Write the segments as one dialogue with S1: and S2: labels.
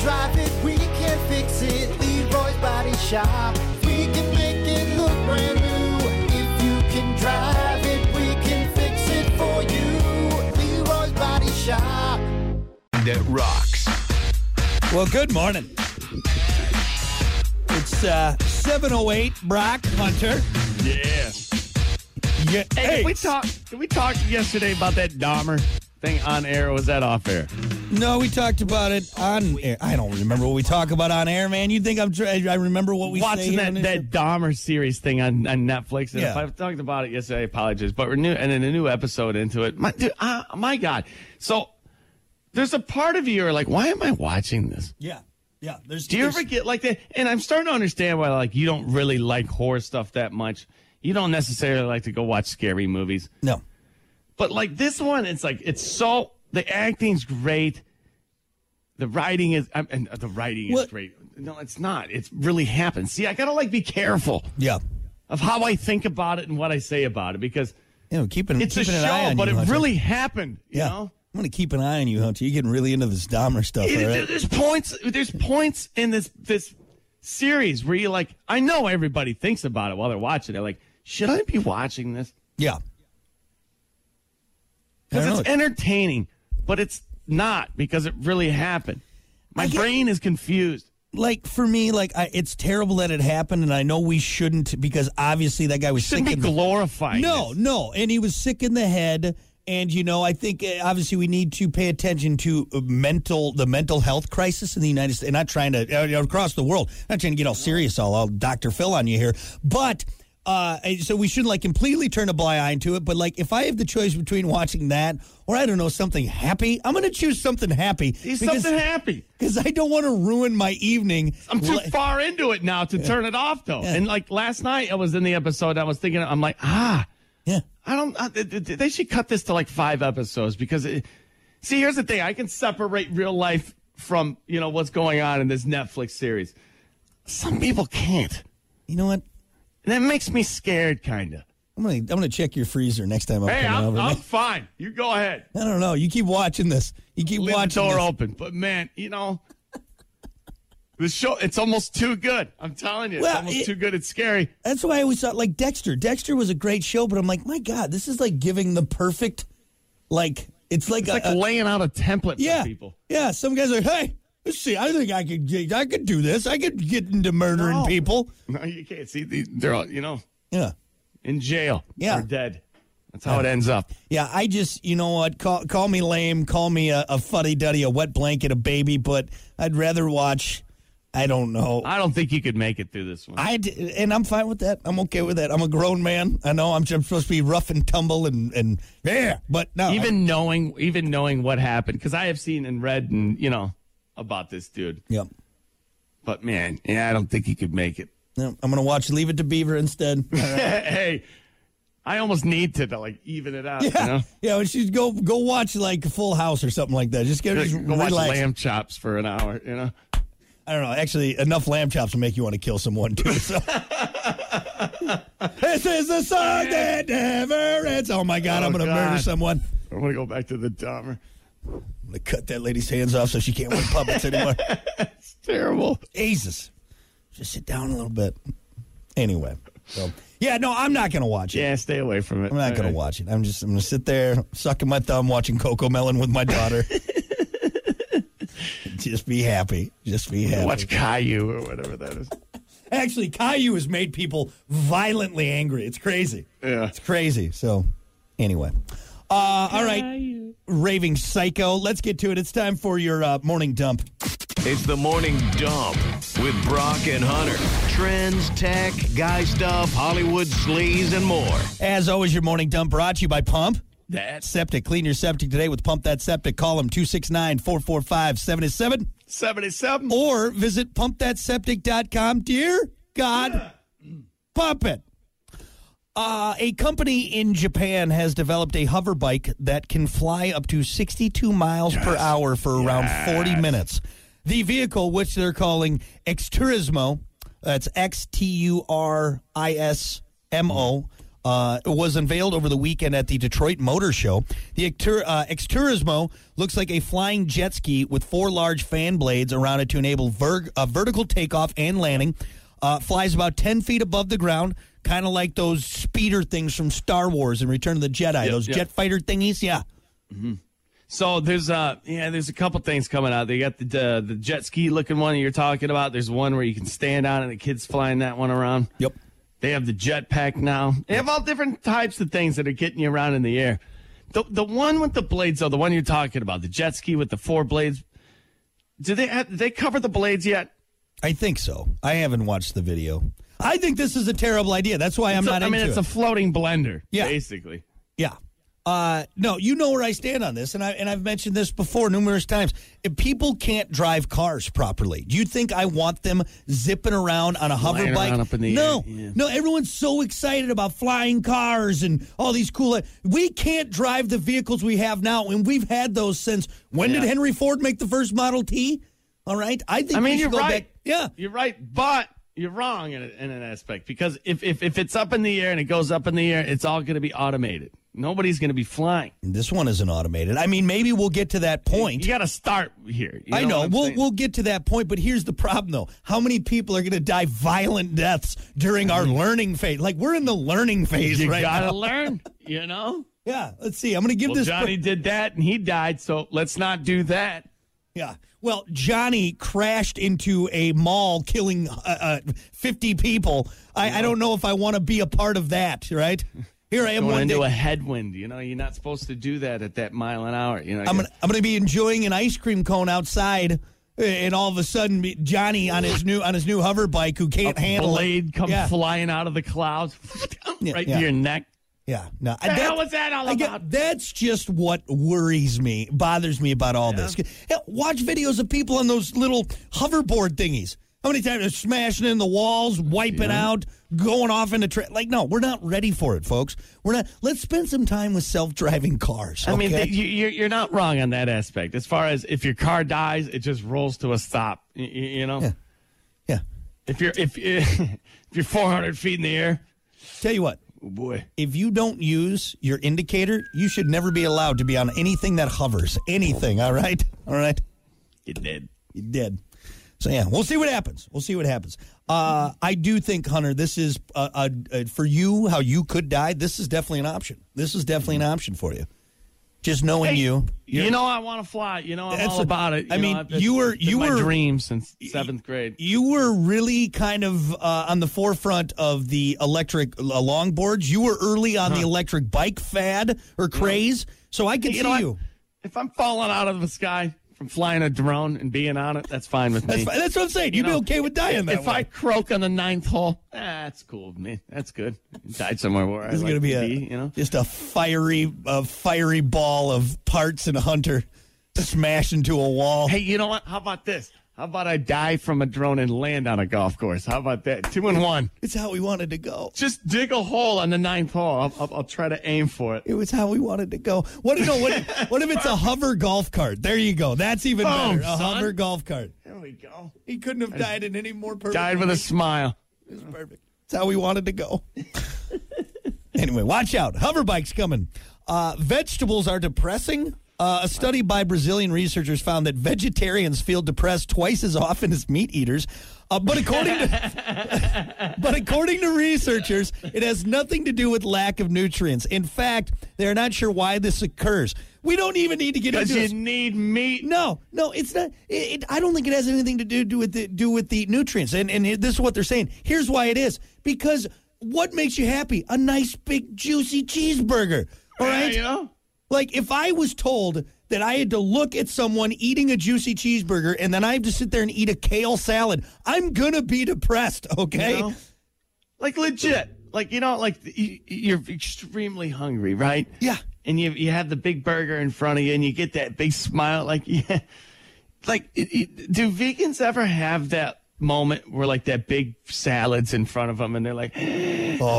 S1: drive it, we can fix it. Leroy's Body Shop. We can make it look brand new. If you can drive it, we can fix it for you. Leroy's Body Shop.
S2: That rocks.
S3: Well, good morning. It's uh, 708 Brock Hunter.
S2: Yeah.
S3: Yeah,
S2: Hey,
S3: hey,
S2: did we talked. Did we talk yesterday about that Dahmer thing on air? Or was that off air?
S3: No, we talked about it on air. I don't remember what we talk about on air, man. You think I'm tr- I remember what we say
S2: Watching
S3: here
S2: that
S3: on this show?
S2: that Dahmer series thing on, on Netflix. And
S3: Yeah.
S2: if I talked about it yesterday, I apologize. But we're new, and then a new episode into it. My dude, ah, my God. So there's a part of you are like, why am I watching this?
S3: Yeah. Yeah. There's
S2: Do you
S3: there's-
S2: ever get like that? And I'm starting to understand why, like, you don't really like horror stuff that much. You don't necessarily like to go watch scary movies.
S3: No.
S2: But like this one, it's like it's so the acting's great, the writing is I'm- and the writing is
S3: What-
S2: great. No, it's not. It's really happened. See, I gotta like be careful
S3: Yeah.
S2: of how I think about it and what I say about it because
S3: You know, keeping
S2: it's a
S3: keeping an eye
S2: show,
S3: on
S2: but
S3: you,
S2: it
S3: Hunter.
S2: really happened. You
S3: Yeah.
S2: know.
S3: I'm gonna keep an eye on you, Hunter. You're getting really into this Dahmer stuff,
S2: It-
S3: all right?
S2: There's points. There's points in this this series where you like. I know everybody thinks about it while they're watching. it. like, should I be watching this?
S3: Yeah. I don't
S2: Because it's e-
S3: know.
S2: entertaining, but it's not because it really happened. My
S3: I get-
S2: brain is confused.
S3: like for me, like I, it's terrible that it happened, and I know we shouldn't because obviously that guy was
S2: Shouldn't
S3: sick.
S2: be
S3: in the-
S2: glorifying.
S3: no,
S2: this.
S3: no, and he was sick in the head. And you know, I think uh, obviously we need to pay attention to uh, mental the mental health crisis in the United States. Not trying to uh, across the world. Not trying to get all serious, all, all Dr. Phil on you here, but. Uh, so we shouldn't like completely turn a blind eye to it, but like if I have the choice between watching that or I don't know something happy, I'm going to choose something happy
S2: He's
S3: because
S2: something happy.
S3: because I don't want to ruin my evening.
S2: I'm too
S3: Like-
S2: far into it now to turn it off, though. And like last night, I was in the episode. I was thinking, I'm like, ah,
S3: Yeah.
S2: I don't. I, th- th- they should cut this to like five episodes because, it, see, here's the thing: I can separate real life from you know what's going on in this Netflix series. Some people can't,
S3: You know what?
S2: and that makes me scared, kind of.
S3: I'm gonna I'm gonna check your freezer next time I'm
S2: Hey,
S3: coming
S2: I'm,
S3: over.
S2: I'm fine. You go ahead.
S3: I don't know. You keep watching this. You keep
S2: Leave the
S3: watching
S2: door
S3: this.
S2: open, but man, you know. The show, it's almost too good. I'm telling you, it's
S3: Well,
S2: almost
S3: it-
S2: too good. It's scary.
S3: That's why I always thought like Dexter. Dexter was a great show, but I'm like, my God, this is like giving the perfect, like it's like
S2: It's
S3: a,
S2: like
S3: a-
S2: laying out a template
S3: Uh, yeah
S2: for people.
S3: yeah. Some guys are like, hey, let's see. I think I could get- I could do this. I could get into murdering
S2: No.
S3: people.
S2: No, you can't see. the- They're all, you know,
S3: Yeah.
S2: in jail.
S3: Yeah.
S2: Or dead. That's how it ends up.
S3: Yeah, I just, you know what? Call, call me lame, call me a, a fuddy duddy, a wet blanket, a baby, but I'd rather watch. I don't know.
S2: I don't think you could make it through this one.
S3: I d- and I'm fine with that. I'm okay with that. I'm a grown man. I know I'm, I'm supposed to be rough and tumble and and yeah, but no,
S2: even knowing, even knowing what happened, because I have seen and read and you know about this dude.
S3: yeah.
S2: But man, yeah, I don't think he could make it.
S3: No, I'm gonna watch Leave It to Beaver instead.
S2: hey, I almost need to, to like even it out.
S3: Yeah,
S2: You know?
S3: yeah. Well, she's go go watch like Full House or something like that. Just get just
S2: Like, go watch
S3: relax.
S2: lamb chops for an hour. You know.
S3: I don't know. Actually, enough lamb chops to make you want to kill someone too. So. this is the song that never ends. Oh my God, I'm
S2: Oh,
S3: gonna
S2: God.
S3: murder someone.
S2: I want to go back to the Dahmer.
S3: I'm gonna cut that lady's hands off so she can't wear puppets anymore.
S2: It's terrible.
S3: Jesus. Just sit down a little bit. Anyway. So yeah, no, I'm not gonna watch it.
S2: Yeah, stay away from it.
S3: I'm not gonna watch it. I'm just I'm gonna sit there sucking my thumb watching Coco Melon with my daughter. just be happy. Just be happy.
S2: Watch Caillou or whatever that is.
S3: Actually, Caillou has made people violently angry. It's crazy.
S2: Yeah.
S3: It's crazy. So, anyway. Uh, all right. Raving Psycho. Let's get to it. It's time for your uh, morning dump.
S4: It's the morning dump with Brock and Hunter. Trends, tech, guy stuff, Hollywood sleaze, and more.
S3: As always, your morning dump brought to you by Pump.
S2: That's
S3: Septic. Clean your septic today with Pump That Septic. Call them 269 445 77
S2: 77.
S3: or visit pumpthatseptic.com. Dear God, pump it. Uh, a company in Japan has developed a hover bike that can fly up to 62 miles per hour for around 40 minutes. The vehicle, which they're calling Xturismo, that's X T U R I S M O, uh, was unveiled over the weekend at the Detroit Motor Show. The Actur- uh, Xturismo looks like a flying jet ski with four large fan blades around it to enable ver- uh, vertical takeoff and landing. Uh, flies about 10 feet above the ground, kind of like those speeder things from Star Wars and Return of the Jedi,
S2: Yep,
S3: those
S2: yep.
S3: jet fighter thingies. Yeah.
S2: So there's uh yeah there's a couple things coming out. They got the uh, the, the jet ski looking one you're talking about. There's one where you can stand on it. and The kids flying that one around.
S3: Yep.
S2: They have the jetpack now. They have all different types of things that are getting you around in the air. The the one with the blades though, the one you're talking about, the jet ski with the four blades. Do they have, they cover the blades yet?
S3: I think so. I haven't watched the video. I think this is a terrible idea. That's why I'm
S2: So,
S3: not
S2: I mean,
S3: into
S2: it's
S3: it.
S2: a floating blender,
S3: Yeah.
S2: basically.
S3: yeah. Uh, no, you know where I stand on this, and I and I've mentioned this before numerous times. If people can't drive cars properly, do you think I want them zipping around on a hover
S2: Flying
S3: bike?
S2: around up in the
S3: no,
S2: air, yeah.
S3: no. Everyone's so excited about flying cars and all these cool. We can't drive the vehicles we have now, and we've had those since. When
S2: Yeah.
S3: did Henry Ford make the first Model T? All right, I think
S2: I mean,
S3: we should
S2: you're
S3: go
S2: right.
S3: back. Yeah,
S2: You're right, but you're wrong in, a, in an aspect because if, if, if it's up in the air and it goes up in the air, it's all going to be automated. Nobody's going to be flying.
S3: This one isn't automated. I mean, maybe we'll get to that point.
S2: You got to start here. You
S3: I know.
S2: what I'm
S3: We'll
S2: saying?
S3: we'll get to that point, but here's the problem though. How many people are going to die violent deaths during our learning phase? Like we're in the learning phase
S2: Mm-hmm. you
S3: right
S2: got to
S3: now.
S2: learn, you know?
S3: Yeah, let's see. I'm going to give
S2: Well,
S3: this
S2: Johnny did that and he died, so let's not do that.
S3: Yeah. Well, Johnny crashed into a mall killing uh, uh, 50 people. I, I don't know if I want to be a part of that, right? Here I am
S2: Going
S3: one day
S2: into a headwind, you know? You're not supposed to do that at that mile an hour, you know?
S3: I'm gonna, I'm gonna be enjoying an ice cream cone outside, uh, and all of a sudden, be- Johnny on his new on his new hover bike who can't
S2: a
S3: handle it.
S2: blade come
S3: yeah.
S2: flying out of the clouds right
S3: yeah.
S2: to your neck.
S3: Yeah, no.
S2: The hell was that all
S3: I get-
S2: about?
S3: that's just what worries me, bothers me about all this. Hell, watch videos of people on those little hoverboard thingies. How many times they're smashing in the walls, wiping out, going off into tra- like no, we're not ready for it, folks. We're not. Let's spend some time with self-driving cars.
S2: I mean,
S3: okay?
S2: th- you, you're, you're not wrong on that aspect. As far as if your car dies, it just rolls to a stop. You, you know,
S3: Yeah. yeah.
S2: if you're if you- if you're 400 feet in the air,
S3: Tell you what,
S2: oh boy,
S3: if you don't use your indicator, you should never be allowed to be on anything that hovers. Anything, all right? All right?
S2: you did.
S3: You did. So, yeah, we'll see what happens. We'll see what happens. Uh, I do think, Hunter, this is uh, uh, for you, how you could die. This is definitely an option. This is definitely an option for you. Just knowing you.
S2: You,
S3: you're-
S2: know, I want to fly. You know, I'm
S3: That's
S2: all
S3: a-
S2: about it.
S3: I
S2: know,
S3: mean,
S2: I've- it's-
S3: you were-
S2: it's been
S3: you
S2: my
S3: were-
S2: dream since seventh grade.
S3: you were really kind of uh, on the forefront of the electric uh, longboards. You were early on the electric bike fad or craze. So I can
S2: You
S3: see
S2: know what?
S3: you.
S2: If I'm falling out of the sky from flying a drone and being on it, that's fine with
S3: That's,
S2: me.
S3: fi- that's what I'm saying. You'd
S2: know,
S3: be okay with dying that
S2: if
S3: way.
S2: I croak on the ninth hole, ah, that's cool with me. That's good. Died somewhere where I
S3: This is
S2: like
S3: going to be
S2: to
S3: a
S2: be, you know.
S3: just a fiery a fiery ball of parts and Hunter smash into a wall.
S2: Hey, you know what? How about this? How about I die from a drone and land on a golf course? How about that? Two and one.
S3: It's how we wanted to go.
S2: Just dig a hole on the ninth hole. I'll, I'll, I'll try to aim for it.
S3: It was how we wanted to go. What no? What, if- what if it's a hover golf cart? There you go. That's even
S2: Boom,
S3: better. A
S2: Oh, son.
S3: hover golf cart.
S2: There we go.
S3: He couldn't have died in any more perfect.
S2: Died with a smile.
S3: It's perfect. It's how we wanted to go. anyway, watch out. Hover bikes coming. Uh, vegetables are depressing. Uh, a study by Brazilian researchers found that vegetarians feel depressed twice as often as meat eaters. Uh, but according to but according to researchers, it has nothing to do with lack of nutrients. In fact, they're not sure why this occurs. We don't even need to get into
S2: Because you
S3: this.
S2: need meat.
S3: No, no, it's not. It, it, I don't think it has anything to do, do with the, do with the nutrients. And and this is what they're saying. Here's why it is because what makes you happy? A nice big juicy cheeseburger. All
S2: Yeah,
S3: right.
S2: you know?
S3: Like if I was told that I had to look at someone eating a juicy cheeseburger and then I have to sit there and eat a kale salad, I'm gonna be depressed. Okay.
S2: You know? Like legit. Like you know, like you, you're extremely hungry, right?
S3: Yeah.
S2: And you you have the big burger in front of you, and you get that big smile. Like yeah, like it- it- do vegans ever have that moment where like that big salads in front of them, and they're like,
S3: Oh,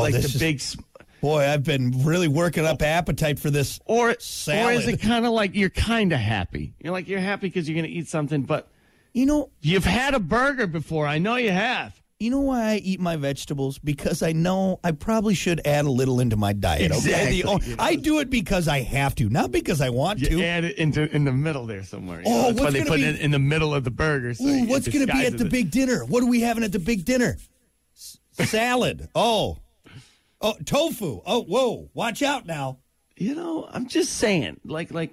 S2: like
S3: this
S2: the
S3: is-
S2: big. s-
S3: boy, I've been really working up appetite for this.
S2: Or, or
S3: Salad.
S2: is it kind of like you're kind of happy? You're like you're happy because you're gonna eat something, but
S3: You know,
S2: you've had a burger before. I know you have.
S3: You know why I eat my vegetables? Because I know I probably should add a little into my diet. Okay,
S2: Exactly.
S3: The o- I do it because I have to, not because I want
S2: You
S3: to.
S2: add it into in the middle there somewhere. you
S3: Oh,
S2: know? That's why
S3: what's
S2: they
S3: gonna
S2: put
S3: be-
S2: it in the middle of the burger. So
S3: Ooh,
S2: it
S3: what's going to be
S2: disguises
S3: at the
S2: it.
S3: big dinner? What are we having at the big dinner? S- salad. Oh. Oh, tofu. Oh, whoa. Watch out now.
S2: You know, I'm just saying, like, like,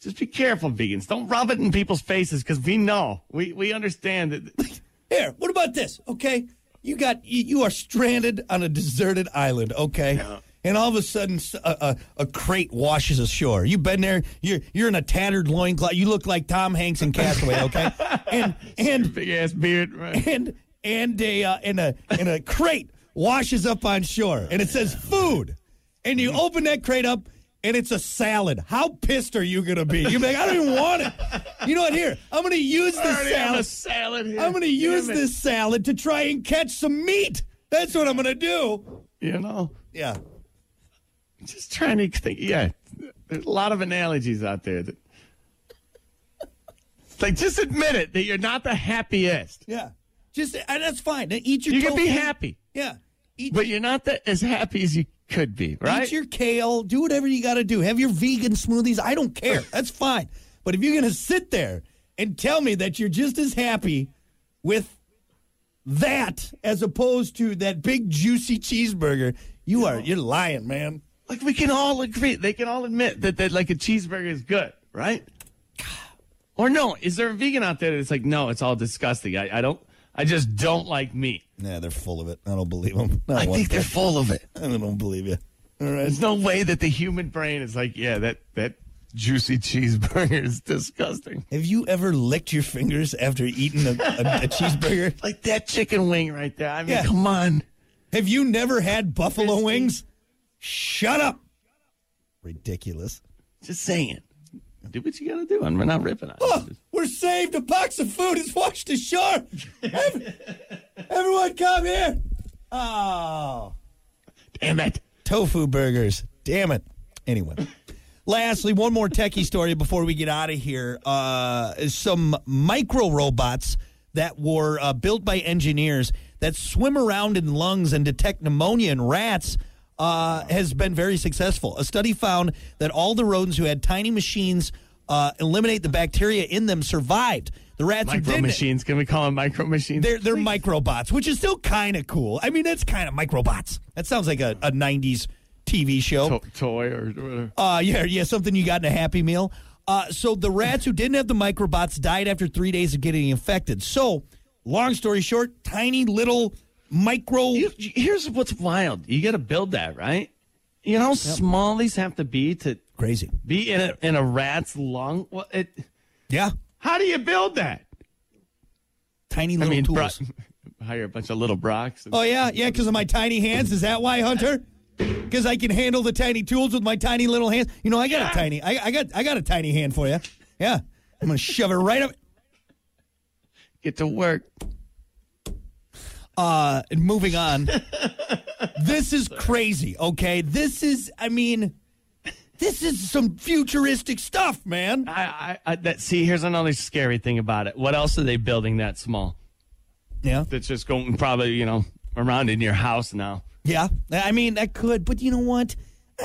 S2: just be careful, vegans. Don't rub it in people's faces because we know, we we understand that.
S3: Here, what about this? Okay. You got you, you are stranded on a deserted island, okay? And all of a sudden s- a, a, a crate washes ashore. You've been there. You're you're in a tattered loincloth. You look like Tom Hanks in Castaway, okay? and and
S2: Big ass beard, right?
S3: and and a uh, and a and a crate washes up on shore, and it says food, and you open that crate up. And it's a salad. How pissed are you gonna be? You're like, I don't even want it. You know what? Here, I'm gonna use
S2: I
S3: this
S2: already have a
S3: salad.
S2: salad here.
S3: I'm gonna use
S2: Damn it.
S3: this salad to try and catch some meat. That's what I'm gonna do.
S2: You know,
S3: Yeah.
S2: just trying to think. Yeah, there's a lot of analogies out there that. Like, just admit it that you're not the happiest.
S3: Yeah. Just and that's fine. Now eat your
S2: You can be
S3: tofu.
S2: happy,
S3: Yeah. Eat,
S2: but you're not the, as happy as you could be, right?
S3: Eat your kale. Do whatever you got to do. Have your vegan smoothies. I don't care. That's fine. But if you're going to sit there and tell me that you're just as happy with that as opposed to that big juicy cheeseburger, you are you're lying, man.
S2: like we can all agree they can all admit that, that like a cheeseburger is good right or no is there a vegan out there that's like no it's all disgusting i, I don't i just don't like meat
S3: Nah, they're full of it. I don't believe them.
S2: i think they're full of it
S3: I don't believe you.
S2: there's no way that the human brain is like yeah that that juicy cheeseburger is disgusting
S3: Have you ever licked your fingers after eating a, a, a cheeseburger?
S2: like that chicken wing right there i mean
S3: Yeah.
S2: come on
S3: Have you never had buffalo
S2: Christy.
S3: wings? Shut up. Ridiculous.
S2: just saying do what you gotta do and we're not ripping on it.
S3: Oh, we're saved. A box of food is washed ashore. Ev- Everyone come here. Oh.
S2: damn it
S3: Tofu burgers. Damn it. Anyway. Lastly, one more techie story before we get out of here. Uh, is some micro robots that were uh, built by engineers that swim around in lungs and detect pneumonia in rats uh, has been very successful. A study found that all the rodents who had tiny machines uh, eliminate the bacteria in them survived. The rats who
S2: micro
S3: didn't,
S2: machines can we call them micro machines
S3: they're they're microbots, which is still kind of cool. I mean, that's kind of microbots. That sounds like a, a '90s TV show.
S2: To- toy or whatever
S3: Uh, yeah, yeah, something you got in a Happy Meal. Uh, so the rats who didn't have the microbots died after three days of getting infected. So, long story short, tiny little micro.
S2: You, you- here's what's wild. You got to build that, right? You know how small these have to be to
S3: Crazy.
S2: be in a, in a rat's lung? Well, it,
S3: Yeah.
S2: how do you build that?
S3: Tiny little
S2: I mean, bro-
S3: tools.
S2: hire a bunch of little Brocks. and-
S3: oh, yeah, yeah, because of my tiny hands. Is that why, Hunter? Because I can handle the tiny tools with my tiny little hands. You know, I got a tiny, I, I got, I got a tiny hand for you. Yeah, I'm gonna shove it right up.
S2: Get to work.
S3: Uh, and moving on. this is crazy, okay? This is, I mean, this is some futuristic stuff, man.
S2: I, I, I that, see. Here's another scary thing about it. What else are they building that small?
S3: Yeah.
S2: That's just going probably you know around in your house now.
S3: Yeah. I mean, that could, but you know what?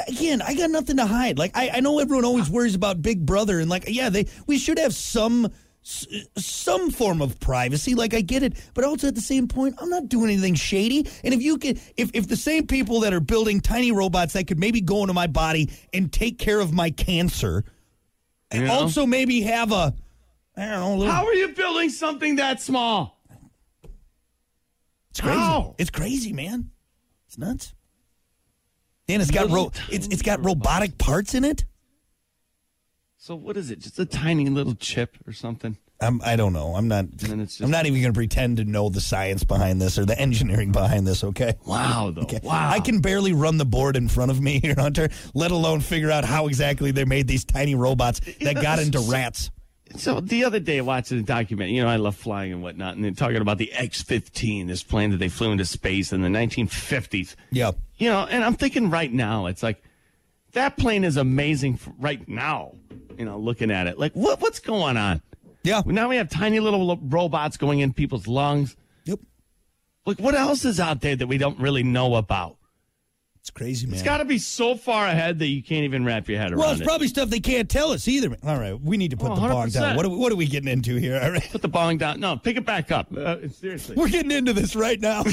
S3: Again, I got nothing to hide. Like, I, I know everyone always worries about Big Brother, and like, yeah, they we should have some s- some form of privacy. Like, I get it, but also at the same point, I'm not doing anything shady. And if you could, if if the same people that are building tiny robots that could maybe go into my body and take care of my cancer, and
S2: Yeah.
S3: also maybe have a, I don't know, a little,
S2: How are you building something that small?
S3: It's crazy.
S2: How?
S3: It's crazy, man. It's nuts. And it's got ro-
S2: Little tiny
S3: it's it's got robotic parts in it.
S2: So what is it? Just a tiny little chip or something?
S3: I'm I don't know. I'm not
S2: then it's just-
S3: I'm not even going to pretend to know the science behind this or the engineering behind this, okay?
S2: Wow, though.
S3: Okay.
S2: Wow.
S3: I can barely run the board in front of me here, Hunter, let alone figure out how exactly they made these tiny robots that got into rats.
S2: So the other day, watching the document, you know, I love flying and whatnot, and they're talking about the X-15, this plane that they flew into space in the 1950s.
S3: Yeah.
S2: You know, and I'm thinking right now, it's like that plane is amazing for right now. You know, looking at it, like what what's going on?
S3: Yeah.
S2: Now we have tiny little lo- robots going in people's lungs.
S3: Yep.
S2: Like, what else is out there that we don't really know about?
S3: It's crazy, man.
S2: It's got to be so far ahead that you can't even wrap your head around
S3: well, it's
S2: it.
S3: probably stuff they can't tell us either. man. All right, we need to put
S2: Oh,
S3: the bong down.
S2: 100%.
S3: What are, we, what are we getting into here? All right,
S2: Put the bong down. No, pick it back up. Uh, seriously.
S3: we're getting into this right now.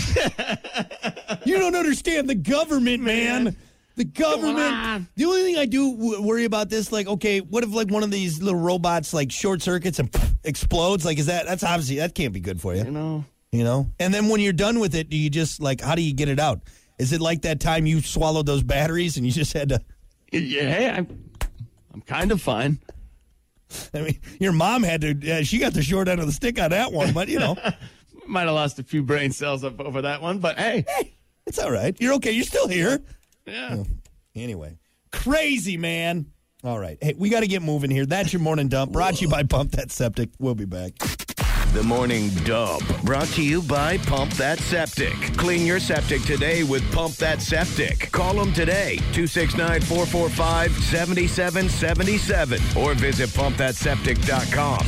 S3: you don't understand the government, man. The government.
S2: on.
S3: The only thing I do w- worry about this, like, okay, what if like one of these little robots like short circuits and explodes? Like, is that that's obviously that can't be good for you.
S2: You know,
S3: you know and then when you're done with it do you just like how do you get it out is it like that time you swallowed those batteries and you just had to
S2: yeah, hey, I'm, I'm kind of fine.
S3: i mean your mom had to uh, she got the short end of the stick on that one but you know
S2: Might have lost a few brain cells up over that one, but hey,
S3: it's all right you're okay you're still here
S2: yeah.
S3: anyway crazy man all right hey we got to get moving here that's your morning dump brought to you by pump that septic we'll be back
S4: The Morning Dump, brought to you by Pump That Septic. Clean your septic today with Pump That Septic. Call them today, 269 445 7777, or visit pumpthatseptic.com.